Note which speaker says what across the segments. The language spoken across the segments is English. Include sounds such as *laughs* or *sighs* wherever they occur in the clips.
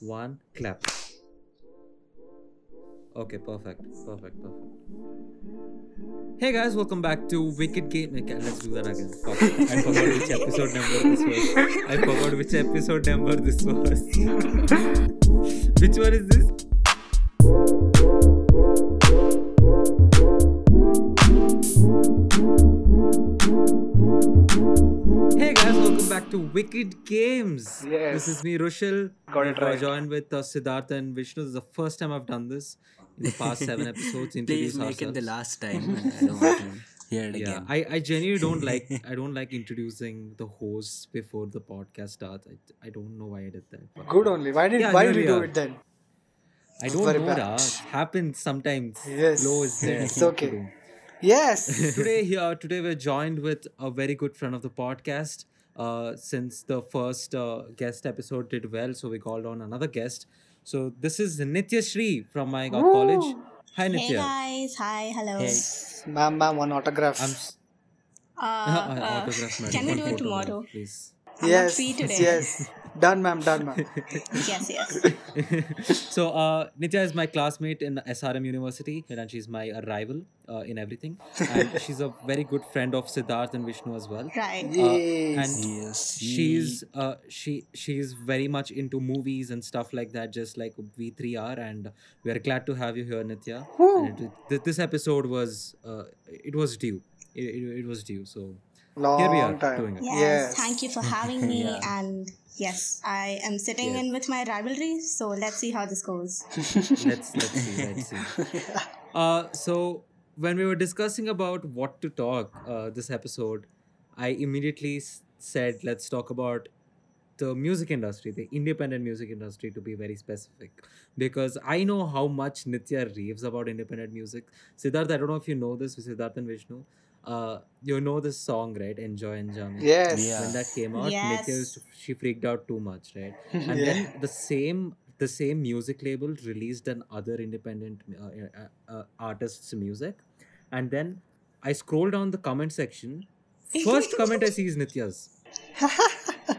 Speaker 1: one, clap. Okay, perfect, perfect, perfect. Hey guys, welcome back to Wicked Game. Okay, let's do that again. Fuck, I forgot which episode number this was. I forgot which episode number this was. *laughs* which one is this? Hey guys, welcome back to Wicked Games.
Speaker 2: Yes.
Speaker 1: This is me, Rushil.
Speaker 2: Got it
Speaker 1: We're
Speaker 2: right.
Speaker 1: Joined with uh, Siddhartha and Vishnu. This is the first time I've done this in the past seven episodes.
Speaker 3: *laughs*
Speaker 1: Introduce
Speaker 3: Please make it the
Speaker 1: ourselves.
Speaker 3: last time. man. I don't want to hear it
Speaker 1: Yeah,
Speaker 3: again.
Speaker 1: I, I genuinely
Speaker 3: *laughs*
Speaker 1: don't like I don't like introducing the hosts before the podcast starts. I, I don't know why I did that. but-
Speaker 2: Good only. Why did
Speaker 1: Yeah,
Speaker 2: why
Speaker 1: here
Speaker 2: did we
Speaker 1: we
Speaker 2: do
Speaker 1: are.
Speaker 2: it then?
Speaker 1: I don't
Speaker 2: Very
Speaker 1: know.
Speaker 2: bad.
Speaker 1: Ra. It happens sometimes.
Speaker 2: Yes.
Speaker 1: Low is there.
Speaker 2: It's
Speaker 1: What to
Speaker 2: okay.
Speaker 1: do. *laughs*
Speaker 2: Yes.
Speaker 1: today here today we're joined with a very good friend of the podcast uh, since the first uh, guest episode did well so we called on another guest so this is nitya shri from my
Speaker 2: Woo!
Speaker 1: college hi
Speaker 4: Hey
Speaker 1: nitya
Speaker 4: guys, hi, hello.
Speaker 3: Hey.
Speaker 2: ma'am, ma'am, one autograph.
Speaker 1: i'm s- *laughs*
Speaker 4: Uh,
Speaker 1: Oh,
Speaker 4: uh,
Speaker 1: autograph madam.
Speaker 4: can we
Speaker 1: One
Speaker 4: do it
Speaker 1: photo, ma'am,
Speaker 4: tomorrow?
Speaker 1: please
Speaker 4: I'm not
Speaker 2: yes.
Speaker 4: free today.
Speaker 2: Yes. Done, ma'am. Done,
Speaker 1: *laughs*
Speaker 2: ma'am.
Speaker 1: Uh,
Speaker 4: uh, Yes, yes.
Speaker 1: so uh, Nitya is my classmate in SRM University, and she's my uh, rival uh, in everything.
Speaker 4: *laughs*
Speaker 1: And she's a very good friend of Siddharth and Vishnu as well.
Speaker 2: *laughs*
Speaker 4: Right.
Speaker 2: Yes.
Speaker 1: and-
Speaker 3: Yes.
Speaker 1: She's uh, she she's very much into movies and stuff like that, just like we three are. And we are glad to have you here, Nitya.
Speaker 4: Oh.
Speaker 2: Woo.
Speaker 1: And it, th- this episode was uh, it was due. It, it, it was due. So
Speaker 2: Long
Speaker 1: here we are
Speaker 2: time.
Speaker 1: doing it.
Speaker 4: Yes,
Speaker 2: Yes.
Speaker 4: thank you for having me.
Speaker 3: Yeah.
Speaker 4: And yes, I am sitting
Speaker 1: Yeah.
Speaker 4: in with my rivalry, so let's see how this goes. *laughs*
Speaker 1: let's let's see let's see uh so when we were discussing about what to talk uh this episode i immediately s- said let's talk about the music industry the independent music industry to be very specific because i know how much nitya raves about independent music siddharth i don't know if you know this siddharth and vishnu uh you know this song right enjoy and jam
Speaker 2: Yes.
Speaker 3: Yeah.
Speaker 1: when that came out
Speaker 4: Yes.
Speaker 1: nitya used to, she freaked out too much right and
Speaker 2: *laughs* Yeah.
Speaker 1: then the same the same music label released an other independent uh, uh, uh, artist's music and then i scroll down the comment section first comment i see is
Speaker 2: *laughs*
Speaker 1: nitya's uh,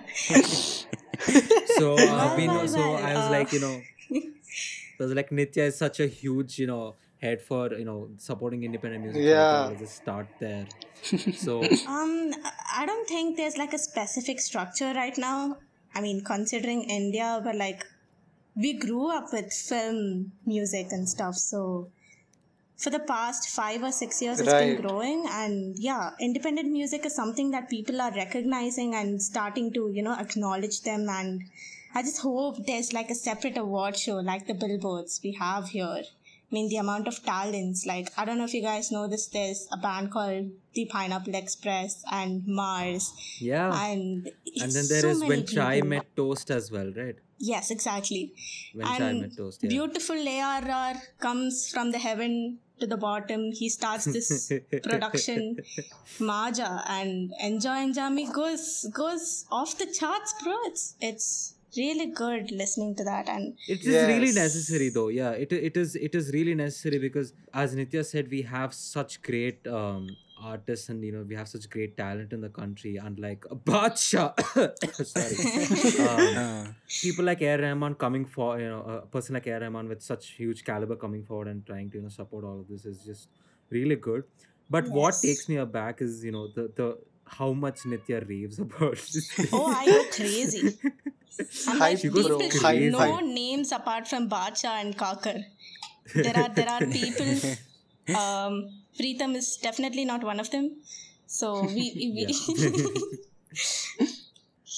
Speaker 2: Oh
Speaker 1: so uh,
Speaker 4: Well,
Speaker 1: we know
Speaker 4: well,
Speaker 1: so
Speaker 4: well,
Speaker 1: i was
Speaker 4: uh,
Speaker 1: like you know so I was like nitya is such a huge you know head for you know supporting independent music so I thought,
Speaker 2: Yeah.
Speaker 1: "Let's just start
Speaker 2: *laughs*
Speaker 1: there so
Speaker 4: Um, I don't think there's like a specific structure right now. I mean, considering India, but like we grew up with film music and stuff, so for the past five or six years, it's
Speaker 2: Right.
Speaker 4: been growing, and yeah, independent music is something that people are recognizing and starting to you know acknowledge them. And I just hope there's like a separate award show like the billboards we have here. I mean, the amount of talents. Like, I don't know if you guys know this. There's a band called the Pineapple Express and Mars,
Speaker 1: yeah
Speaker 4: and
Speaker 1: Oh. and
Speaker 4: it's
Speaker 1: then there
Speaker 4: so
Speaker 1: is when
Speaker 4: many
Speaker 1: chai
Speaker 4: people.
Speaker 1: met toast as well right
Speaker 4: Yes, exactly.
Speaker 1: when chai
Speaker 4: And
Speaker 1: met toast yeah.
Speaker 4: Beautiful ARR comes from the heaven to the bottom. He starts
Speaker 1: *laughs*
Speaker 4: this production Maja and Enjoy Enjami goes goes off the charts, bro. It's it's really good listening to that and
Speaker 1: It is really
Speaker 2: Yes.
Speaker 1: necessary though. Yeah, it it is it is really necessary because as Nitya said, we have such great um artists and you know we have such great talent in the country. Unlike Bacha, *coughs* sorry, um,
Speaker 3: Uh,
Speaker 1: people like Air Rahman coming for you know a person like Air Rahman with such huge caliber coming forward and trying to you know support all of this is just really good. But what
Speaker 4: Yes.
Speaker 1: takes me aback is you know the the how much Nitya raves about. this.
Speaker 4: oh I go
Speaker 1: *laughs*
Speaker 4: crazy. I'm like,
Speaker 2: Hype,
Speaker 1: She goes
Speaker 4: people
Speaker 1: crazy.
Speaker 4: know names apart from Bacha and Kakar. There are there are
Speaker 2: *laughs*
Speaker 4: people um Preetam is definitely not one of them. So we, we *laughs*
Speaker 1: *laughs*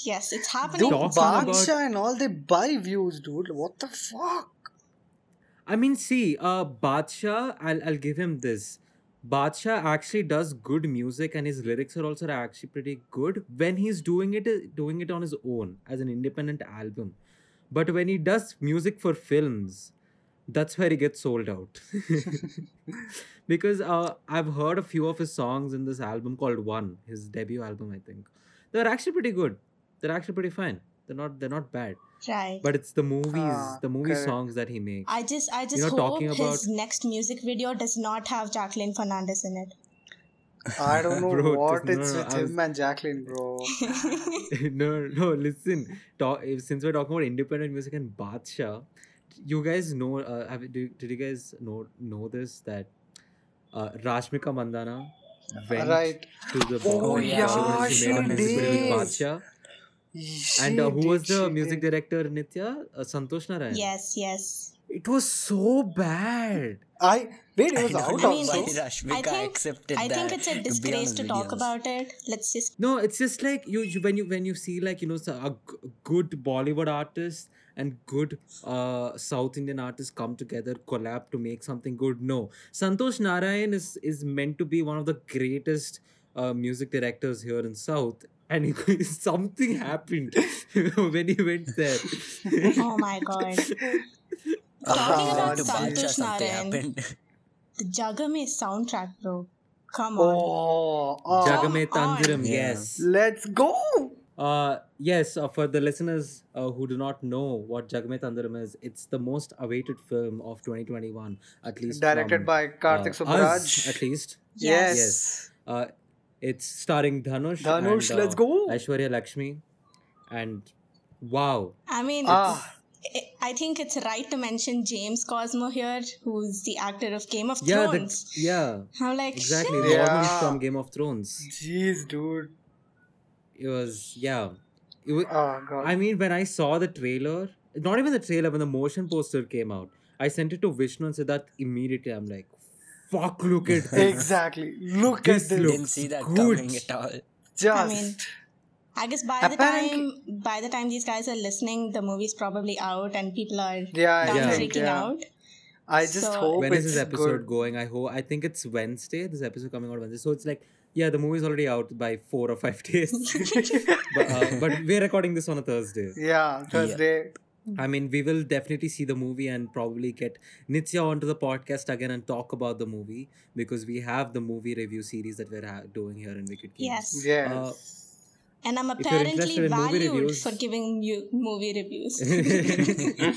Speaker 4: Yes, it's happening.
Speaker 2: Dude,
Speaker 1: Talking
Speaker 2: Baksha
Speaker 1: about-
Speaker 2: and all they buy views, dude. What the fuck?
Speaker 1: I mean, see, uh, Badsha, I'll, I'll give him this. Badsha actually does good music, and his lyrics are also actually pretty good when he's doing it doing it on his own as an independent album. But when he does music for films, that's where he gets sold out. *laughs* because uh, I've heard a few of his songs in this album called One, his debut album, I think. They're actually pretty good. They're actually pretty fine. They're not. They're not bad.
Speaker 4: Right.
Speaker 1: But it's the movies,
Speaker 2: Ah,
Speaker 1: the movie
Speaker 2: correct.
Speaker 1: songs that he makes.
Speaker 4: I just I just
Speaker 1: know,
Speaker 4: hope
Speaker 1: talking
Speaker 4: his
Speaker 1: about-
Speaker 4: next music video does not have Jacqueline Fernandez in it.
Speaker 2: I
Speaker 1: *laughs*
Speaker 2: don't know
Speaker 1: Bro, it
Speaker 2: what
Speaker 1: is- no,
Speaker 2: it's
Speaker 1: no, no,
Speaker 2: with
Speaker 1: I was-
Speaker 2: him and Jacqueline,
Speaker 1: *laughs*
Speaker 2: bro.
Speaker 1: no, no, listen. Talk, if- since we're talking about independent music and Badsha, you guys know. Uh, have, do, did you guys know know this that uh, Rashmika Mandana went
Speaker 2: Right.
Speaker 1: to the
Speaker 2: Oh,
Speaker 1: Bollywood
Speaker 3: yeah,
Speaker 1: festival and
Speaker 3: she
Speaker 1: made a music video with
Speaker 2: did.
Speaker 1: Badsha.
Speaker 2: She
Speaker 1: And uh, who was
Speaker 2: did,
Speaker 1: the
Speaker 2: she
Speaker 1: music
Speaker 2: did.
Speaker 1: director? Nitya uh, Santosh Narayan.
Speaker 4: yes, yes.
Speaker 1: It was so bad.
Speaker 2: I wait, it was
Speaker 3: I
Speaker 2: out
Speaker 3: don't
Speaker 4: I
Speaker 3: know
Speaker 2: of
Speaker 4: mean,
Speaker 3: why
Speaker 4: it's- I
Speaker 3: Rashmika
Speaker 4: think-
Speaker 3: accepted
Speaker 4: I
Speaker 3: that.
Speaker 4: think it's a
Speaker 3: to be on
Speaker 4: disgrace
Speaker 3: his
Speaker 4: to talk
Speaker 3: videos.
Speaker 4: about it. Let's
Speaker 1: *laughs*
Speaker 4: just
Speaker 1: No, it's just like you, you when you when you see like you know so- a g- good Bollywood artist and good uh, South Indian artists come together, collab to make something good. No, Santosh Narayan is is meant to be one of the greatest uh, music directors here in South, and *laughs* he- something happened when he went there.
Speaker 4: Oh my god.
Speaker 3: Uh,
Speaker 4: Talking about
Speaker 3: to Bacha,
Speaker 4: Santosh
Speaker 3: something
Speaker 4: Narayan.
Speaker 3: happened.
Speaker 4: the Jagame soundtrack, bro. Come on.
Speaker 2: Oh, oh.
Speaker 1: Jagame
Speaker 4: Come on.
Speaker 1: Tandiram,
Speaker 3: Yeah.
Speaker 1: yes.
Speaker 2: Let's go.
Speaker 1: Uh, yes, uh, for the listeners uh, who do not know what Jagme Tandaram is, it's the most awaited film of 2021, at least.
Speaker 2: Directed
Speaker 1: from,
Speaker 2: by Karthik
Speaker 1: uh, us,
Speaker 2: Subaraj.
Speaker 1: at least.
Speaker 2: Yes.
Speaker 1: Uh, it's starring Dhanush.
Speaker 2: Dhanush,
Speaker 1: and, uh,
Speaker 2: let's go.
Speaker 1: Aishwarya Lakshmi. And wow.
Speaker 4: I mean,
Speaker 2: Ah.
Speaker 4: I- I think it's right to mention James Cosmo here, who's the actor of Game of
Speaker 1: Yeah, the,
Speaker 4: Thrones.
Speaker 1: yeah,
Speaker 4: I'm like,
Speaker 1: exactly.
Speaker 4: shit.
Speaker 1: The
Speaker 2: Yeah.
Speaker 1: audience from Game of Thrones.
Speaker 2: Jeez, dude.
Speaker 1: It was, yeah. It was,
Speaker 2: Oh god.
Speaker 1: I mean, when I saw the trailer, not even the trailer, when the motion poster came out, I sent it to Vishnu and Siddharth immediately. I'm like, fuck, look at
Speaker 2: *laughs*
Speaker 1: this.
Speaker 2: *laughs* exactly. Look
Speaker 1: This
Speaker 2: at this.
Speaker 1: look-
Speaker 3: *laughs* Didn't see that
Speaker 1: Good.
Speaker 3: coming at all.
Speaker 2: Just
Speaker 4: I mean, I guess by
Speaker 2: Apparently-
Speaker 4: the time by the time these guys are listening, the movie's probably out and people are
Speaker 2: yeah,
Speaker 4: done
Speaker 1: Yeah.
Speaker 2: I think,
Speaker 4: freaking
Speaker 2: yeah.
Speaker 4: out.
Speaker 2: I just
Speaker 4: So-
Speaker 2: hope
Speaker 1: when
Speaker 2: it's
Speaker 1: is this episode
Speaker 2: good.
Speaker 1: going? I hope I think it's Wednesday. This episode coming out Wednesday, so it's like yeah, the movie's already out by four or five *laughs*
Speaker 2: *laughs*
Speaker 1: days. but, uh, but we're recording this on a Thursday.
Speaker 2: Yeah, Thursday.
Speaker 1: I mean, we will definitely see the movie and probably get Nitya onto the podcast again and talk about the movie because we have the movie review series that we're ha- doing here in Wicked Games.
Speaker 4: Yes.
Speaker 2: Yes.
Speaker 1: Uh,
Speaker 4: And I'm
Speaker 1: If you're
Speaker 4: apparently
Speaker 1: interested in movie
Speaker 4: valued
Speaker 1: reviews-
Speaker 4: for giving you movie
Speaker 1: *laughs*
Speaker 4: reviews. Uh,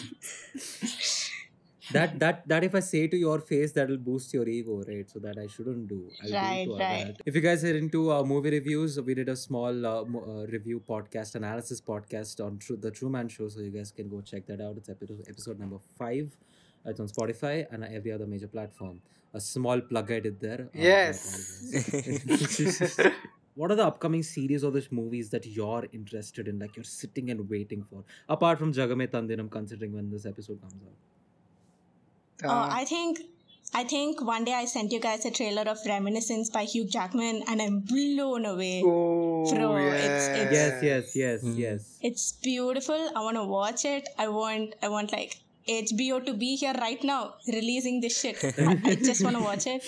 Speaker 1: that that that if I say to your face, that'll boost your ego, right? So that I shouldn't do. I'll
Speaker 4: Right,
Speaker 1: do it to
Speaker 4: right.
Speaker 1: Anant. If you guys are into uh, movie reviews, we did a small uh, mo- uh, review podcast, analysis podcast on Tru- the Truman Show, so you guys can go check that out. It's episode episode number five. It's on Spotify and every other major platform. A small plug I did there. Uh,
Speaker 2: Yes.
Speaker 1: *laughs* what are the upcoming series or those movies that you're interested in, like you're sitting and waiting for, apart from Jagame Tandiram, considering when this episode comes out?
Speaker 2: uh,
Speaker 1: Ah.
Speaker 4: Oh, I think I think one day I sent you guys a trailer of Reminiscence by Hugh Jackman and I'm blown away.
Speaker 2: oh,
Speaker 4: Fro, it's- it's-
Speaker 1: Yes, yes, yes,
Speaker 3: Hmm.
Speaker 1: yes.
Speaker 4: It's beautiful. I want to watch it. I want I want like HBO to be here right now releasing this
Speaker 1: *laughs*
Speaker 4: shit. I, I just want to watch it.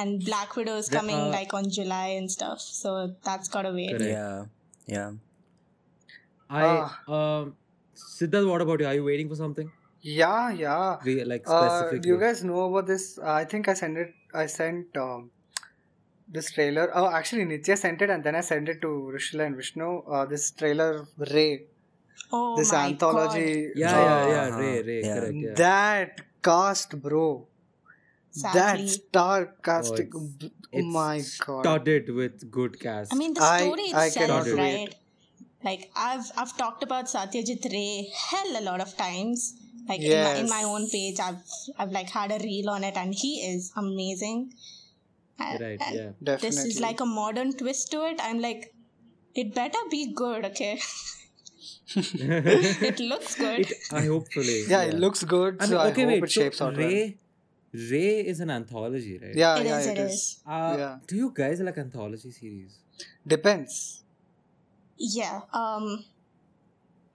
Speaker 4: And Black Widow is
Speaker 1: The-
Speaker 4: coming
Speaker 1: uh,
Speaker 4: like on July and stuff. So that's got to wait.
Speaker 1: Correct.
Speaker 3: yeah, yeah.
Speaker 1: I
Speaker 2: Ah.
Speaker 1: um, Siddharth, what about you? Are you waiting for something?
Speaker 2: Yeah, yeah.
Speaker 1: We like
Speaker 2: Uh,
Speaker 1: specifically.
Speaker 2: you guys know about this? I think I sent it. I sent um, this trailer. Oh, actually, Nitya sent it, and then I sent it to Rishila and Vishnu. Uh, this trailer, Ray.
Speaker 4: Oh
Speaker 2: this
Speaker 4: my god.
Speaker 2: anthology.
Speaker 1: yeah, yeah,
Speaker 2: uh,
Speaker 1: yeah,
Speaker 3: Uh-huh.
Speaker 1: Ray, Ray,
Speaker 3: Yeah.
Speaker 1: correct. Yeah.
Speaker 2: That cast, bro.
Speaker 4: Sadly.
Speaker 2: That star casting.
Speaker 1: Oh,
Speaker 2: b-
Speaker 1: It's
Speaker 2: my god.
Speaker 1: studded with good cast.
Speaker 4: I mean, the
Speaker 2: I-
Speaker 4: story
Speaker 2: I
Speaker 4: itself,
Speaker 1: cannot wait.
Speaker 4: right? Like I've I've talked about Satyajit Ray hell a lot of times. Like in, my, in my
Speaker 2: Yes.
Speaker 4: own page, I've I've like had a reel on it, and he is amazing. Uh,
Speaker 1: right?
Speaker 4: and *laughs*
Speaker 1: Yeah.
Speaker 2: Definitely.
Speaker 4: This is like a modern twist to it. I'm like, it better be good, okay? *laughs* it looks
Speaker 1: *laughs*
Speaker 4: good.
Speaker 1: it, I hopefully.
Speaker 2: yeah, it looks good.
Speaker 1: I mean,
Speaker 2: so
Speaker 1: okay,
Speaker 2: I hope
Speaker 1: wait.
Speaker 2: it shapes
Speaker 1: so
Speaker 2: out. well.
Speaker 1: Ray, Ray is an anthology, right?
Speaker 2: Yeah,
Speaker 4: It
Speaker 2: yeah,
Speaker 4: is,
Speaker 2: it
Speaker 4: it
Speaker 2: is.
Speaker 1: Uh,
Speaker 2: Yeah.
Speaker 1: Do you guys like anthology series?
Speaker 2: Depends.
Speaker 4: Yeah. Um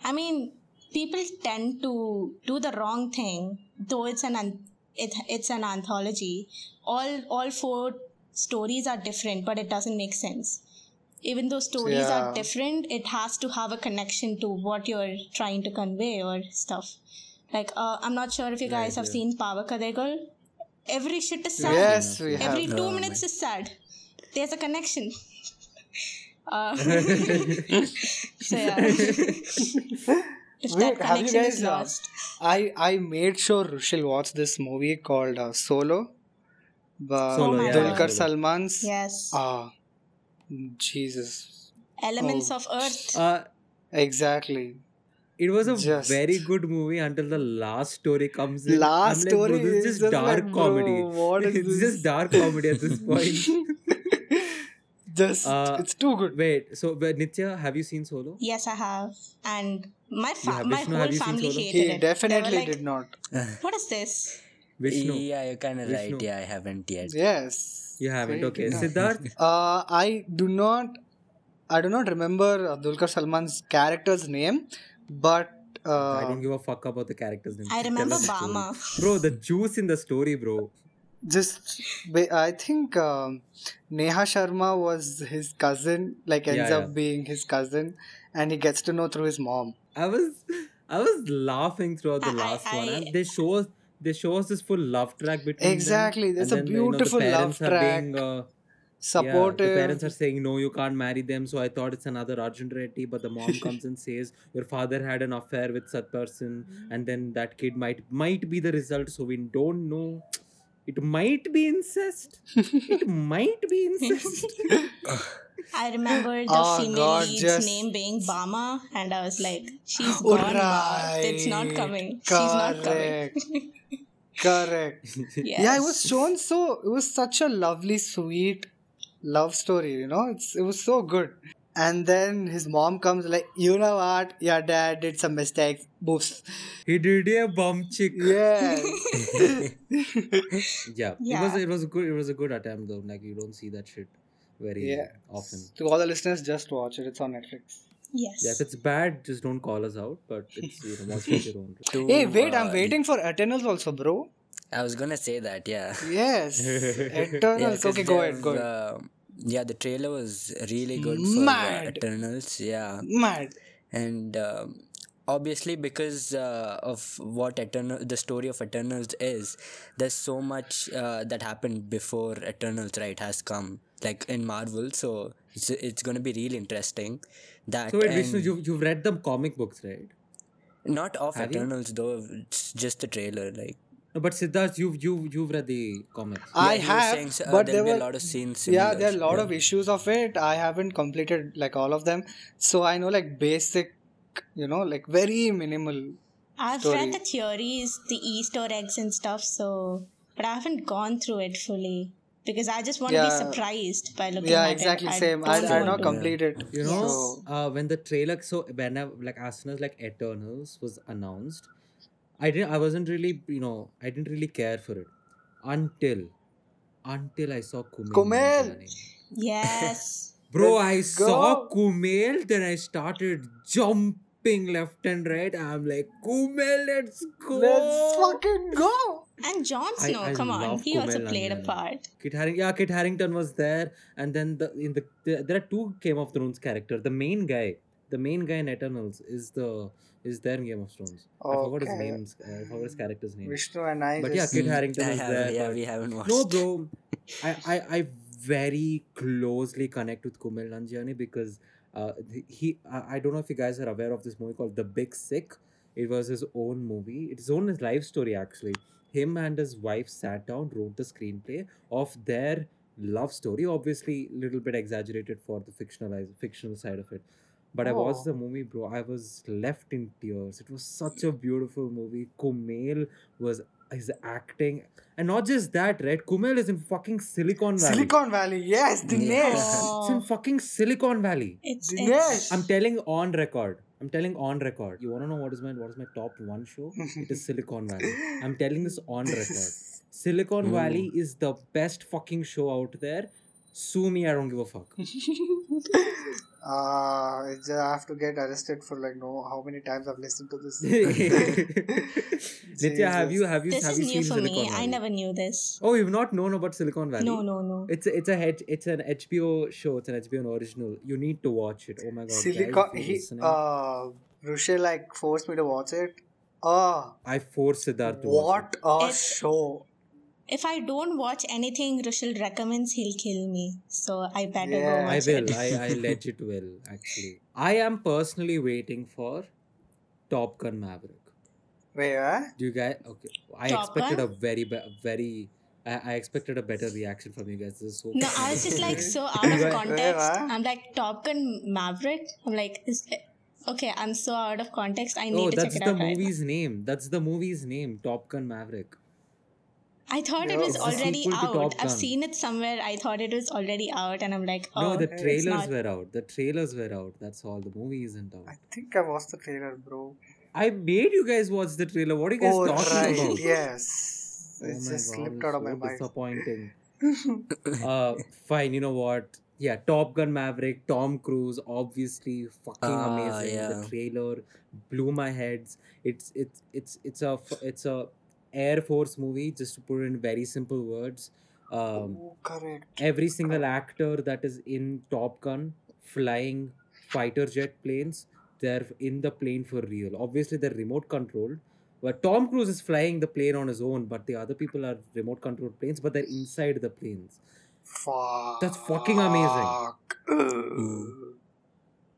Speaker 4: I mean people tend to do the wrong thing though it's an an- it, it's an anthology. All all four stories are different but it doesn't make sense. Even though stories
Speaker 2: Yeah.
Speaker 4: are different, it has to have a connection to what you're trying to convey or stuff. Like uh, I'm not sure if you
Speaker 1: Right,
Speaker 4: guys have
Speaker 1: yeah.
Speaker 4: seen Pavakadegal. Every shit is sad.
Speaker 2: Yes, we have.
Speaker 4: Every two
Speaker 3: Oh,
Speaker 4: minutes is sad. There's a connection.
Speaker 2: *laughs*
Speaker 4: uh, *laughs* so yeah. if that
Speaker 2: Wait, have you
Speaker 4: connection is
Speaker 2: guys uh,
Speaker 4: lost.
Speaker 2: I I made sure Rushil watched this movie called uh, Solo. But
Speaker 1: Solo,
Speaker 4: yeah,
Speaker 2: Dulquer
Speaker 3: solo.
Speaker 2: Salman's.
Speaker 4: Yes.
Speaker 2: Ah, Jesus.
Speaker 4: Elements
Speaker 2: oh.
Speaker 4: of Earth.
Speaker 1: Uh,
Speaker 2: Exactly.
Speaker 1: it was a
Speaker 2: Just-
Speaker 1: very good movie until the last story comes in. I'm
Speaker 2: Last
Speaker 1: like, bro,
Speaker 2: story
Speaker 1: this is just, dark
Speaker 2: like,
Speaker 1: comedy. *laughs*
Speaker 2: Bro, what is
Speaker 1: it's
Speaker 2: this?
Speaker 1: just dark comedy at
Speaker 2: *laughs*
Speaker 1: this point.
Speaker 2: just
Speaker 1: Uh,
Speaker 2: it's too good.
Speaker 1: Wait, so but Nitya, have you seen Solo?
Speaker 4: Yes, I have. And my
Speaker 1: You
Speaker 4: fa-
Speaker 1: have
Speaker 4: my
Speaker 1: Vishnu,
Speaker 4: whole
Speaker 1: have you seen
Speaker 4: family
Speaker 1: Solo?
Speaker 4: hated
Speaker 2: He
Speaker 4: it. They were
Speaker 2: definitely
Speaker 4: like,
Speaker 2: did not.
Speaker 4: What is this?
Speaker 1: Vishnu,
Speaker 3: Yeah, you're kind of right.
Speaker 1: Vishnu.
Speaker 3: Yeah, I haven't yet.
Speaker 2: Yes.
Speaker 1: you haven't.
Speaker 2: He did
Speaker 1: Okay,
Speaker 2: not.
Speaker 1: Siddharth.
Speaker 2: Uh, I do not. I do not remember uh, Dulquer Salman's character's name, but
Speaker 1: I
Speaker 2: uh,
Speaker 1: don't give a fuck about the character's name.
Speaker 4: I
Speaker 1: Just tell
Speaker 4: remember
Speaker 1: us the story.
Speaker 4: Bama.
Speaker 1: Bro, the juice in the story, bro.
Speaker 2: just ba- I think um, Neha Sharma was his cousin. Like ends
Speaker 1: Yeah,
Speaker 2: up being his cousin, and he gets to know through his mom.
Speaker 1: I was I was laughing throughout the
Speaker 4: I- I-
Speaker 1: last one.
Speaker 4: I-
Speaker 1: And they show us they show us this full love track between
Speaker 2: Exactly,
Speaker 1: Them.
Speaker 2: there's
Speaker 1: and
Speaker 2: a
Speaker 1: then, you know, the
Speaker 2: beautiful love
Speaker 1: parents are
Speaker 2: track.
Speaker 1: Being, uh, Yeah, the
Speaker 2: supportive.
Speaker 1: parents are saying no, you can't marry them. So I thought it's another Arjun Reddy, but the mom comes
Speaker 2: *laughs*
Speaker 1: and says your father had an affair with such person,
Speaker 4: Mm-hmm.
Speaker 1: and then that kid might might be the result. So we don't know. It might be
Speaker 2: *laughs*
Speaker 1: incest. It might be incest.
Speaker 4: *laughs* I remember the
Speaker 2: Oh,
Speaker 4: female
Speaker 2: God,
Speaker 4: lead's
Speaker 2: just-
Speaker 4: name being Bama, and I was like, she's
Speaker 2: Oh,
Speaker 4: gone. Baba. It's not
Speaker 2: right.
Speaker 4: coming. She's not coming. *laughs*
Speaker 2: Correct.
Speaker 4: yes.
Speaker 2: Yeah, it was shown so it was such a lovely, sweet love story, you know? It's it was so good. And then his mom comes like, you know what? Your dad did some mistakes. Boofs.
Speaker 1: he did a bum chick.
Speaker 2: Yeah.
Speaker 1: Yeah. It
Speaker 4: Yeah.
Speaker 1: was it was a good it was a good attempt though. Like you don't see that shit very
Speaker 2: Yeah.
Speaker 1: often.
Speaker 2: *laughs* to all the listeners, just watch it. It's on Netflix.
Speaker 4: Yes.
Speaker 1: Yeah, if it's bad, just don't call us out. But it's you know, watch with your own. risk.
Speaker 3: To,
Speaker 2: Hey, wait,
Speaker 3: uh,
Speaker 2: I'm waiting for Eternals also, bro.
Speaker 3: I was gonna say that. Yeah.
Speaker 2: Yes.
Speaker 3: Yeah,
Speaker 2: Eternals.
Speaker 3: 'cause
Speaker 2: okay, go
Speaker 3: they've,
Speaker 2: ahead, go ahead.
Speaker 3: uh, yeah, the trailer was really good for uh,
Speaker 2: Mad.
Speaker 3: Eternals. Yeah,
Speaker 2: Mad.
Speaker 3: and um, obviously because uh, of what Eternal, the story of Eternals is, there's so much uh, that happened before Eternals, right? Has come like in Marvel, so it's, it's gonna be really interesting. That
Speaker 1: So wait,
Speaker 3: and
Speaker 1: Vishnu, you you've read the comic books, right?
Speaker 3: not of
Speaker 1: Have you?
Speaker 3: Eternals though. It's just the trailer, like.
Speaker 1: No, but Siddharth, you've you you've read the comics.
Speaker 2: I
Speaker 3: Yeah, he was
Speaker 2: have,
Speaker 3: saying, so, uh,
Speaker 2: but there
Speaker 3: there'll be
Speaker 2: were
Speaker 3: a lot of scenes.
Speaker 2: yeah
Speaker 3: similar,
Speaker 2: there are a lot
Speaker 3: yeah.
Speaker 2: of issues of it i haven't completed like all of them so i know like basic you know like very minimal
Speaker 4: I've
Speaker 2: story.
Speaker 4: read the theories, the Easter eggs and stuff, so but I haven't gone through it fully because I just want to
Speaker 2: Yeah.
Speaker 4: be surprised by looking
Speaker 2: yeah
Speaker 4: at
Speaker 2: exactly
Speaker 4: it. I
Speaker 2: same i
Speaker 4: don't
Speaker 2: i
Speaker 4: want
Speaker 2: not
Speaker 4: to.
Speaker 2: completed
Speaker 1: You know,
Speaker 4: Yes.
Speaker 2: so
Speaker 1: uh, when the trailer, so when I, like as soon as like Eternals was announced, I didn't, I wasn't really, you know, I didn't really care for it until, until I saw Kumail.
Speaker 2: Kumail!
Speaker 1: mention the name.
Speaker 4: Yes.
Speaker 1: Bro,
Speaker 2: Let's
Speaker 1: I saw
Speaker 2: go.
Speaker 1: Kumail, then I started jumping left and right. I'm like, Kumail, let's go.
Speaker 2: let's fucking go
Speaker 4: and Jon
Speaker 1: I-
Speaker 4: Snow,
Speaker 1: I
Speaker 4: come on,
Speaker 1: love
Speaker 4: he also
Speaker 1: Kumail
Speaker 4: played a
Speaker 1: Nanjiani.
Speaker 4: part.
Speaker 1: Kit Haring- yeah, Kit Harrington was there, and then the in the, the there are two Game of Thrones character. The main guy, the main guy in Eternals is the is there in Game of Thrones. I forgot his
Speaker 2: Okay.
Speaker 1: name. Uh, I forgot his character's name.
Speaker 2: vishnu and i
Speaker 1: But yeah,
Speaker 2: just
Speaker 1: Kit
Speaker 3: Mm,
Speaker 1: Harington
Speaker 3: *laughs* I
Speaker 1: is
Speaker 3: haven't-
Speaker 1: there.
Speaker 3: Yeah,
Speaker 1: but-
Speaker 3: we haven't watched.
Speaker 1: no, bro, I, I I very closely connect with Kumail Nanjiani because uh, he I, I don't know if you guys are aware of this movie called The Big Sick. It was his own movie. It's his own life story actually. Him and his wife sat down, wrote the screenplay of their love story. Obviously, little bit exaggerated for the fictionalized fictional side of it. But I watched
Speaker 2: Oh.
Speaker 1: the movie, bro. I was left in tears. It was such a beautiful movie. Kumail was his acting, and not just that, right? Kumail is in fucking Silicon Valley.
Speaker 2: silicon valley yes dinesh
Speaker 4: *laughs* Yeah.
Speaker 1: It's in fucking Silicon Valley.
Speaker 4: It's,
Speaker 2: dinesh
Speaker 4: it's
Speaker 2: *laughs*
Speaker 1: I'm telling on record. I'm telling on record. You wanna know what is my what is my top one show? It is Silicon Valley. I'm *laughs* telling this on record. Silicon
Speaker 3: Mm.
Speaker 1: Valley is the best fucking show out there. Sue me, I don't give a
Speaker 4: *laughs*
Speaker 1: fuck. *laughs*
Speaker 2: uh, I just have to get arrested for like no how many times I've listened to
Speaker 1: *laughs*
Speaker 2: this. *laughs*
Speaker 1: Nitya, have you have you
Speaker 4: this
Speaker 1: have
Speaker 4: is
Speaker 1: you
Speaker 4: new
Speaker 1: seen
Speaker 4: for
Speaker 1: Silicon
Speaker 4: me.
Speaker 1: Valley?
Speaker 4: I never knew this.
Speaker 1: Oh, you've not known about Silicon Valley?
Speaker 4: No, no, no.
Speaker 1: It's a, it's a H, it's an HBO show. It's an HBO original. You need to watch it. Oh my god, guys,
Speaker 2: Silicon,
Speaker 1: if you're
Speaker 2: he,
Speaker 1: listening,
Speaker 2: uh, Rushe like forced me to watch it. Ah,
Speaker 1: I forced Siddharth to watch
Speaker 2: what a
Speaker 4: It's-
Speaker 2: show!
Speaker 4: If I don't watch anything Rushil recommends, he'll kill me. So I better
Speaker 2: Yeah.
Speaker 4: go
Speaker 1: it. I
Speaker 4: watch
Speaker 1: will.
Speaker 4: it.
Speaker 1: I I legit will actually. I am personally waiting for Top Gun Maverick.
Speaker 2: Wait, eh?
Speaker 1: Do you guys? Okay, I
Speaker 4: Top
Speaker 1: expected
Speaker 4: Gun?
Speaker 1: a very ba- very. I, I expected a better reaction from you guys. This is so
Speaker 4: No, I was just
Speaker 1: *laughs*
Speaker 4: like so out
Speaker 2: *laughs*
Speaker 4: of
Speaker 2: Right.
Speaker 4: context.
Speaker 2: Yeah.
Speaker 4: I'm like Top Gun Maverick. I'm like, is okay, I'm so out of context. I need
Speaker 1: Oh,
Speaker 4: to check
Speaker 1: that's
Speaker 4: it
Speaker 1: the
Speaker 4: out. right
Speaker 1: movie's name. That's the movie's name. Top Gun Maverick.
Speaker 4: now. I thought it
Speaker 2: Yeah,
Speaker 4: was
Speaker 2: it's the
Speaker 4: already
Speaker 1: sequel to
Speaker 4: out.
Speaker 1: Top
Speaker 4: I've
Speaker 1: Gun.
Speaker 4: seen it somewhere. I thought it was already out, and I'm like, oh,
Speaker 1: no, the
Speaker 4: it's
Speaker 1: trailers
Speaker 4: not.
Speaker 1: were out. The trailers were out. That's all. The movie isn't out.
Speaker 2: I think I watched the trailer, bro.
Speaker 1: I made you guys watch the trailer. What are you guys
Speaker 2: Oh,
Speaker 1: talking
Speaker 2: right.
Speaker 1: about?
Speaker 2: yes.
Speaker 1: Oh my
Speaker 2: It just
Speaker 1: God,
Speaker 2: slipped
Speaker 1: it's
Speaker 2: out of my
Speaker 1: so
Speaker 2: mind. *laughs*
Speaker 1: Disappointing. *coughs* uh, fine. You know what? Yeah, Top Gun Maverick, Tom Cruise, obviously fucking
Speaker 3: Ah,
Speaker 1: amazing.
Speaker 3: yeah.
Speaker 1: The trailer blew my heads. It's it's it's it's a f- it's a Air Force movie. Just to put it in very simple words, um,
Speaker 2: oh, correct.
Speaker 1: every single actor that is in Top Gun flying fighter jet planes, they're in the plane for real. Obviously, they're remote controlled. But Tom Cruise is flying the plane on his own, but the other people are remote controlled planes, but they're inside the planes.
Speaker 2: Fuck.
Speaker 1: That's fucking amazing.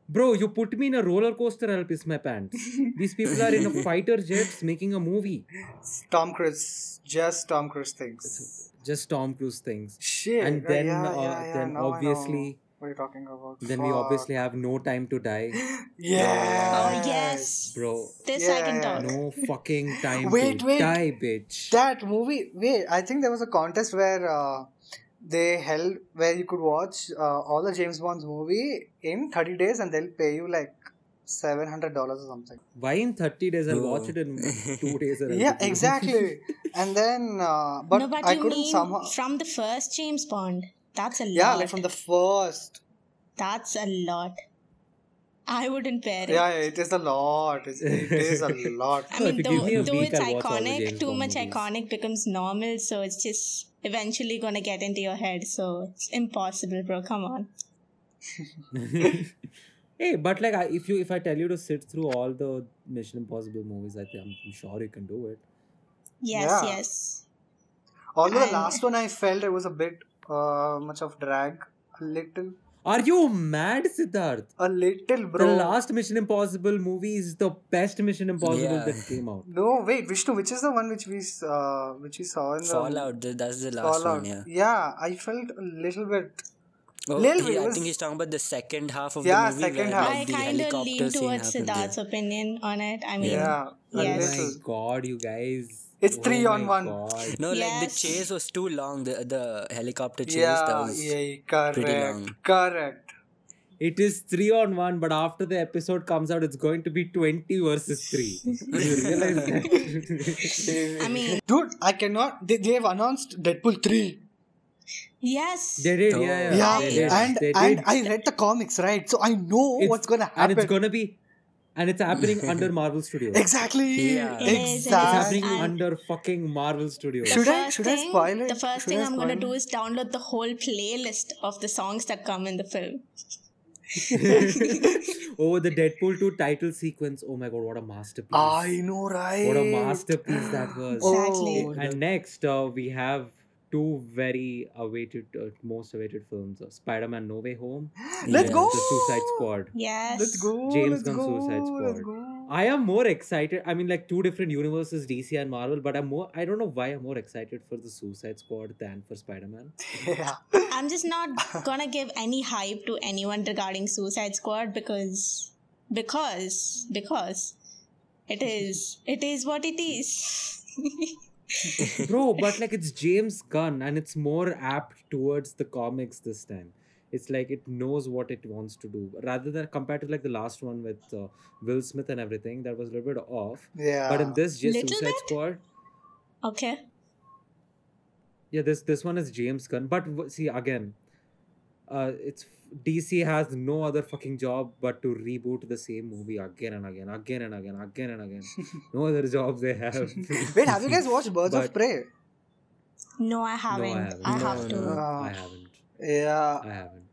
Speaker 1: Bro, you put me in a roller coaster, I'll piss my pants. These people are in
Speaker 2: *laughs*
Speaker 1: a fighter jets making a movie.
Speaker 2: Tom Cruise. Just Tom Cruise things.
Speaker 1: Just Tom Cruise things.
Speaker 2: Shit.
Speaker 1: And
Speaker 2: right,
Speaker 1: then,
Speaker 2: yeah,
Speaker 1: uh,
Speaker 2: yeah, yeah,
Speaker 1: then
Speaker 2: now I know
Speaker 1: obviously,
Speaker 2: What are you talking about?
Speaker 1: then we
Speaker 2: Fuck.
Speaker 1: obviously have no time to die,
Speaker 2: Yes.
Speaker 4: Oh yes,
Speaker 1: bro.
Speaker 4: This I can
Speaker 2: Yeah.
Speaker 4: talk.
Speaker 1: No
Speaker 2: *laughs*
Speaker 1: fucking time
Speaker 2: Wait,
Speaker 1: to
Speaker 2: wait.
Speaker 1: die, bitch.
Speaker 2: That movie. Wait, I think there was a contest where uh, they held where you could watch uh, all the James Bond's movie in thirty days, and they'll pay you like seven hundred dollars or something.
Speaker 1: Why in 30 days? I'll watch
Speaker 3: Oh.
Speaker 1: it in two days. and I'll
Speaker 2: yeah,
Speaker 1: be good.
Speaker 2: exactly.
Speaker 3: *laughs*
Speaker 2: and then, uh, but,
Speaker 4: no, but
Speaker 2: I
Speaker 4: you
Speaker 2: couldn't
Speaker 4: mean *laughs*
Speaker 2: somehow.
Speaker 4: from the first James Bond? That's a
Speaker 2: Yeah,
Speaker 4: lot.
Speaker 2: like from the first.
Speaker 4: That's a lot. I wouldn't pair it.
Speaker 2: Yeah, yeah, it is a lot. It's, it is a lot.
Speaker 4: I
Speaker 1: So if
Speaker 4: mean,
Speaker 1: you give
Speaker 4: though,
Speaker 1: me a
Speaker 4: though
Speaker 1: week,
Speaker 4: it's
Speaker 1: I'll watch all the
Speaker 4: iconic,
Speaker 1: James
Speaker 4: too
Speaker 1: Bond
Speaker 4: much
Speaker 1: movies.
Speaker 4: iconic becomes normal, so it's just eventually gonna get into your head. So it's impossible, bro. Come on.
Speaker 1: *laughs* hey, but like, I, if you if I tell you to sit through all the Mission Impossible movies, I think I'm, I'm sure you can do it.
Speaker 4: Yes,
Speaker 2: Yeah.
Speaker 4: yes.
Speaker 2: Although the
Speaker 4: And-
Speaker 2: last one I felt it was a bit uh, much of drag. A little.
Speaker 1: Are you mad, Siddharth?
Speaker 2: A little, bro.
Speaker 1: The last Mission Impossible movie is the best Mission Impossible
Speaker 3: Yeah.
Speaker 1: that came
Speaker 2: *laughs*
Speaker 1: out.
Speaker 2: No, wait, Vishnu, which is the one which we uh, which we saw in the
Speaker 3: Fallout, th- that's the last
Speaker 2: um, Fallout.
Speaker 3: one, yeah.
Speaker 2: I felt a little bit.
Speaker 3: Oh,
Speaker 2: Little
Speaker 3: he-
Speaker 2: bit
Speaker 3: I
Speaker 2: was-
Speaker 3: think he's talking about the second half of
Speaker 2: Yeah,
Speaker 3: the movie.
Speaker 2: second
Speaker 3: where,
Speaker 2: half.
Speaker 4: I
Speaker 3: Like, the
Speaker 4: kind of
Speaker 3: helicopter
Speaker 4: lean
Speaker 3: scene
Speaker 4: towards
Speaker 3: happened, yeah.
Speaker 4: Siddharth's opinion on it. I mean,
Speaker 2: Yeah, a
Speaker 4: Yes.
Speaker 1: Oh
Speaker 2: little.
Speaker 1: my god, you guys!
Speaker 2: It's
Speaker 1: Oh
Speaker 2: three on
Speaker 1: my
Speaker 2: one.
Speaker 1: God.
Speaker 3: No, like the
Speaker 4: Yes.
Speaker 3: chase was too long. The the helicopter chase that
Speaker 2: Yeah,
Speaker 3: was
Speaker 2: yeah, correct,
Speaker 3: long.
Speaker 2: correct.
Speaker 1: It is three on one, but after the episode comes out, it's going to be twenty versus three. you
Speaker 2: *laughs*
Speaker 1: realize that?
Speaker 4: I mean,
Speaker 2: Dude, I cannot. They, they've announced Deadpool three.
Speaker 1: *laughs*
Speaker 4: yes.
Speaker 1: they did,
Speaker 3: Oh.
Speaker 1: yeah, yeah.
Speaker 2: Yeah,
Speaker 1: they did.
Speaker 2: and
Speaker 1: they did.
Speaker 2: and I read the comics, right? So I know
Speaker 1: It's-
Speaker 2: what's gonna happen.
Speaker 1: and it's gonna be, and it's
Speaker 2: *laughs*
Speaker 1: happening under Marvel Studios.
Speaker 2: Exactly.
Speaker 3: Yeah. It
Speaker 4: is, it is.
Speaker 1: It's
Speaker 4: Yes,
Speaker 1: happening
Speaker 2: Exactly.
Speaker 4: and-
Speaker 1: under fucking Marvel Studios.
Speaker 2: Should I-
Speaker 4: First
Speaker 2: should I
Speaker 4: thing-
Speaker 2: spoil it?
Speaker 4: The first
Speaker 2: Should
Speaker 4: thing
Speaker 2: I
Speaker 4: I'm gonna
Speaker 2: spoil
Speaker 4: do is download the whole playlist of the songs that come in the film.
Speaker 1: *laughs* oh, the Deadpool 2 title sequence. Oh my god, what a masterpiece.
Speaker 2: I know, right?
Speaker 1: What a masterpiece that was.
Speaker 2: Oh,
Speaker 4: Exactly.
Speaker 1: And next, uh, we have two very awaited, uh, most awaited films uh, Spider Man No Way Home,
Speaker 2: *gasps* Let's
Speaker 1: and uh,
Speaker 2: go.
Speaker 1: The Suicide Squad.
Speaker 4: Yes.
Speaker 2: Let's go.
Speaker 1: James
Speaker 2: let's
Speaker 1: Gunn
Speaker 2: go,
Speaker 1: Suicide
Speaker 2: Let's
Speaker 1: Squad.
Speaker 2: go.
Speaker 1: I am more excited. I mean, like two different universes, DC and Marvel, but I'm more, I don't know why I'm more excited for The Suicide Squad than for Spider Man.
Speaker 2: yeah.
Speaker 4: I'm just not gonna give any hype to anyone regarding Suicide Squad because because because it is it is what it is. *laughs*
Speaker 1: Bro, but like it's James Gunn and it's more apt towards the comics this time. It's like it knows what it wants to do rather than compared to like the last one with uh, Will Smith and everything that was a little bit off.
Speaker 2: Yeah.
Speaker 1: But in this just
Speaker 4: Little
Speaker 1: Suicide
Speaker 4: bit?
Speaker 1: Squad,
Speaker 4: okay.
Speaker 1: yeah, this this one is James Gunn. But w- see again, uh, it's DC has no other fucking job but to reboot the same movie again and again, again and again, again and
Speaker 4: *laughs*
Speaker 1: again. no other job they have.
Speaker 2: Wait, have you
Speaker 1: *laughs*
Speaker 2: guys watched Birds of
Speaker 1: But-
Speaker 2: Prey?
Speaker 1: No,
Speaker 4: No, I
Speaker 1: I
Speaker 4: haven't.
Speaker 1: haven't.
Speaker 4: I
Speaker 3: No,
Speaker 4: have to.
Speaker 3: no.
Speaker 1: I
Speaker 2: Uh,
Speaker 1: haven't.
Speaker 2: yeah.
Speaker 1: I haven't.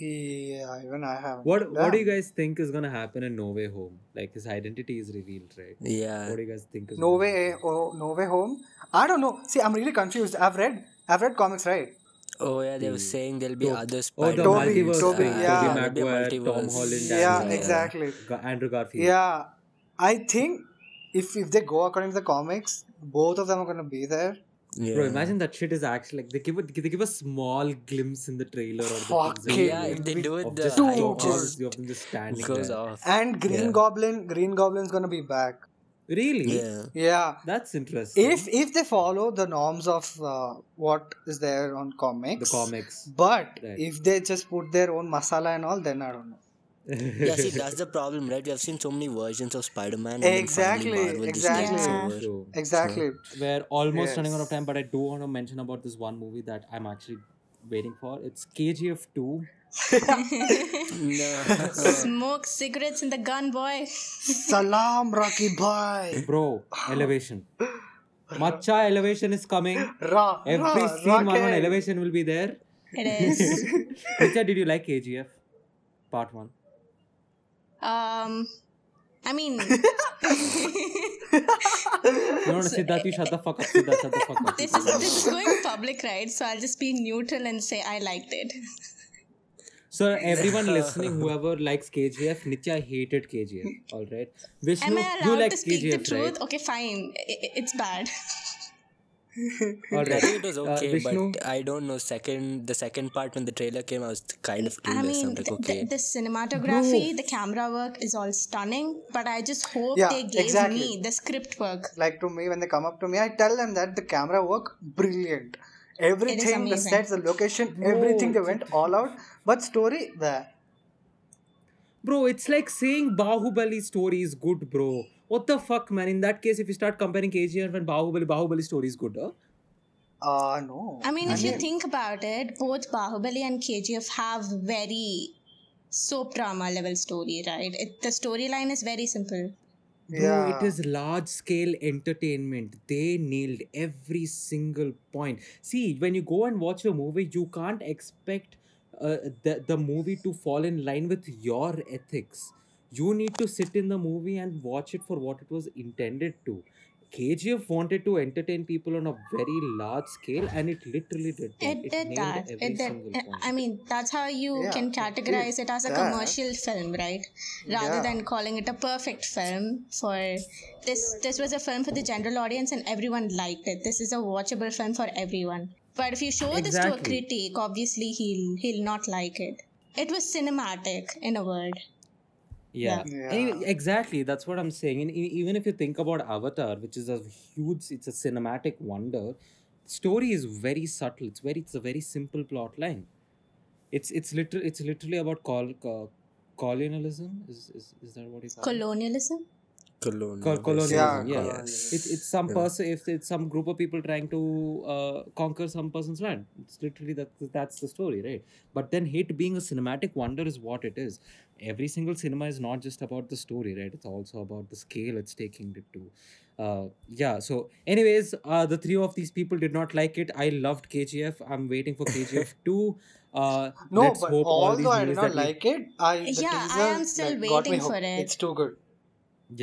Speaker 2: Yeah. Even I have.
Speaker 1: Uh, What What do you guys think is gonna happen in No Way Home? Like his identity is revealed, right?
Speaker 3: Yeah.
Speaker 1: What do you guys think? Is
Speaker 2: No
Speaker 1: gonna
Speaker 2: way.
Speaker 1: happen?
Speaker 2: Oh, no way home. I don't know. See, I'm really confused. I've read. I've read comics, right?
Speaker 3: Oh yeah, they were
Speaker 1: The-
Speaker 3: saying there'll be
Speaker 1: Tob-
Speaker 3: other
Speaker 1: Hmm. Oh,
Speaker 3: Spider.
Speaker 1: the
Speaker 2: Toby,
Speaker 1: multiverse
Speaker 2: Toby,
Speaker 1: thing.
Speaker 2: yeah.
Speaker 1: Tobey
Speaker 3: There'll be a
Speaker 1: Maguire, Tom
Speaker 3: multiverse.
Speaker 1: Holland,
Speaker 2: Yeah.
Speaker 1: and, uh,
Speaker 2: Exactly.
Speaker 1: Ga- Andrew Garfield.
Speaker 2: Yeah. I think if if they go according to the comics, both of them are gonna be there.
Speaker 3: Yeah.
Speaker 1: Bro, imagine that shit is actually like they give a, they give a small glimpse in the trailer or the teaser
Speaker 2: Fucking-
Speaker 3: Yeah, if they do it,
Speaker 1: of
Speaker 3: the
Speaker 1: just,
Speaker 2: Dude.
Speaker 1: of
Speaker 3: hype
Speaker 1: just,
Speaker 3: just
Speaker 1: of them just standing
Speaker 3: goes
Speaker 1: there.
Speaker 3: off.
Speaker 2: And Green
Speaker 3: Yeah.
Speaker 2: Goblin, Green Goblin's gonna be back.
Speaker 1: Really?
Speaker 3: Yeah.
Speaker 2: Yeah.
Speaker 1: That's interesting.
Speaker 2: If if they follow the norms of uh, what is there on
Speaker 1: the
Speaker 2: comics,
Speaker 1: comics.
Speaker 2: but
Speaker 1: Right.
Speaker 2: if they just put their own masala and all, then I don't know.
Speaker 3: Yeah, see, that's the problem, right? We have seen so many versions of Spider-Man. And
Speaker 2: Exactly,
Speaker 3: Then finally Marvel
Speaker 2: exactly.
Speaker 3: Just takes
Speaker 4: Yeah.
Speaker 3: over.
Speaker 1: So,
Speaker 2: Exactly.
Speaker 1: we're almost running out of
Speaker 2: Yes.
Speaker 1: time, but I do want to mention about this one movie that I'm actually waiting for. It's KGF 2.
Speaker 3: No.
Speaker 4: Smoke cigarettes in the gun, boy.
Speaker 2: Salam, Rocky
Speaker 1: *laughs*
Speaker 2: Bhai. *sighs*
Speaker 1: Bro, elevation. Macha elevation is coming.
Speaker 2: Ra,
Speaker 3: Ah,
Speaker 1: Every
Speaker 2: ra,
Speaker 1: scene, Manu,
Speaker 2: Rocky.
Speaker 1: elevation will be there.
Speaker 4: It is.
Speaker 1: Richa, did you like KGF? Part 1.
Speaker 4: Um, I mean,
Speaker 1: You know, Siddharth, you shut the fuck up. Siddharth, shut the fuck up.
Speaker 4: this is this is going public, right? So I'll just be neutral and say I liked it.
Speaker 1: So everyone
Speaker 3: *laughs*
Speaker 1: listening, whoever likes KGF, Nitya hated KGF. All right, Vishnu,
Speaker 4: Am I
Speaker 1: you
Speaker 4: allowed
Speaker 1: like
Speaker 4: to speak the
Speaker 1: KGF,
Speaker 4: truth?
Speaker 1: right?
Speaker 4: Okay, fine. I- I- it's bad. *laughs*
Speaker 1: All
Speaker 3: I
Speaker 1: right,
Speaker 3: think it was
Speaker 1: Uh,
Speaker 3: okay,
Speaker 1: Vishnu,
Speaker 3: but I don't know. Second, the second part when the trailer came, I was kind of clueless.
Speaker 4: I mean,
Speaker 3: I'm like,
Speaker 4: the,
Speaker 3: okay,
Speaker 4: the cinematography, the camera work is all stunning, but I just hope
Speaker 2: Yeah,
Speaker 4: they gave
Speaker 2: exactly.
Speaker 4: me the script work.
Speaker 2: like to me when they come up to me i tell them that the camera work brilliant everything the
Speaker 4: amazing.
Speaker 2: sets the location everything they went all out but story there
Speaker 1: bro, it's like saying Bahubali story is good, bro. What the fuck, man? In that case, if you start comparing KGF and Bahubali, Bahubali story is good. Huh?
Speaker 2: uh no
Speaker 4: I mean, if you think about it, both Bahubali and KGF have very soap drama level story, right? It, the storyline is very simple.
Speaker 1: Bro, it is large scale entertainment. They nailed every single point. See, when you go and watch a movie, you can't expect uh, the, the movie to fall in line with your ethics. You need to sit in the movie and watch it for what it was intended to. KGF wanted to entertain people on a very large scale, and it literally did that.
Speaker 4: It did
Speaker 1: nailed
Speaker 4: that.
Speaker 1: every
Speaker 4: It
Speaker 1: single
Speaker 4: did.
Speaker 1: point.
Speaker 4: I mean, that's how you
Speaker 2: Yeah,
Speaker 4: can
Speaker 2: it did
Speaker 4: categorize it as a
Speaker 2: that.
Speaker 4: commercial film, right? Rather
Speaker 2: Yeah.
Speaker 4: than calling it a perfect film for this. This was a film for the general audience, and everyone liked it. This is a watchable film for everyone. But if you show this to a
Speaker 1: Exactly.
Speaker 4: critic, obviously he'll he'll not like it. It was cinematic, in a word.
Speaker 1: Uh-huh. yeah,
Speaker 2: Yeah.
Speaker 1: Anyway, exactly that's what i'm saying and e- even if you think about avatar which is a huge it's a cinematic wonder story is very subtle it's very it's a very simple plot line it's it's literally it's literally about col- co- colonialism is, is is that what you call it?
Speaker 4: Colonialism.
Speaker 3: Cologne.
Speaker 1: Col-
Speaker 2: Yeah,
Speaker 1: colonialism yeah,
Speaker 2: colonialism.
Speaker 1: It's, it's some person if it's some group of people trying to uh, conquer some person's land it's literally that that's the story right but then it being a cinematic wonder is what it is every single cinema is not just about the story right it's also about the scale it's taking it to uh, yeah so anyways uh, the three of these people did not like it i loved kgf i'm waiting for kgf 2 uh,
Speaker 2: no
Speaker 1: let's
Speaker 2: but
Speaker 1: hope all these
Speaker 2: although i
Speaker 1: movies that
Speaker 2: did not
Speaker 1: we-
Speaker 2: like it i the
Speaker 4: Yeah, I
Speaker 2: teaser,
Speaker 4: am still
Speaker 2: like, got me
Speaker 4: waiting for
Speaker 2: hooked.
Speaker 4: it.
Speaker 2: it's too good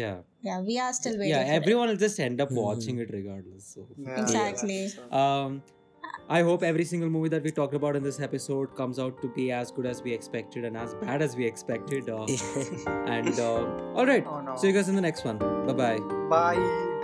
Speaker 1: yeah
Speaker 4: Yeah, we are still waiting.
Speaker 1: yeah
Speaker 4: for it.
Speaker 1: everyone will just end up watching it regardless so
Speaker 2: Yeah,
Speaker 4: Exactly.
Speaker 2: yeah, so-
Speaker 1: Um, I hope every single movie that we talked about in this episode comes out to be as good as we expected and as bad as we expected. Uh, and uh, all right,
Speaker 2: Oh, no.
Speaker 1: see you guys in the next one. Bye bye.
Speaker 2: bye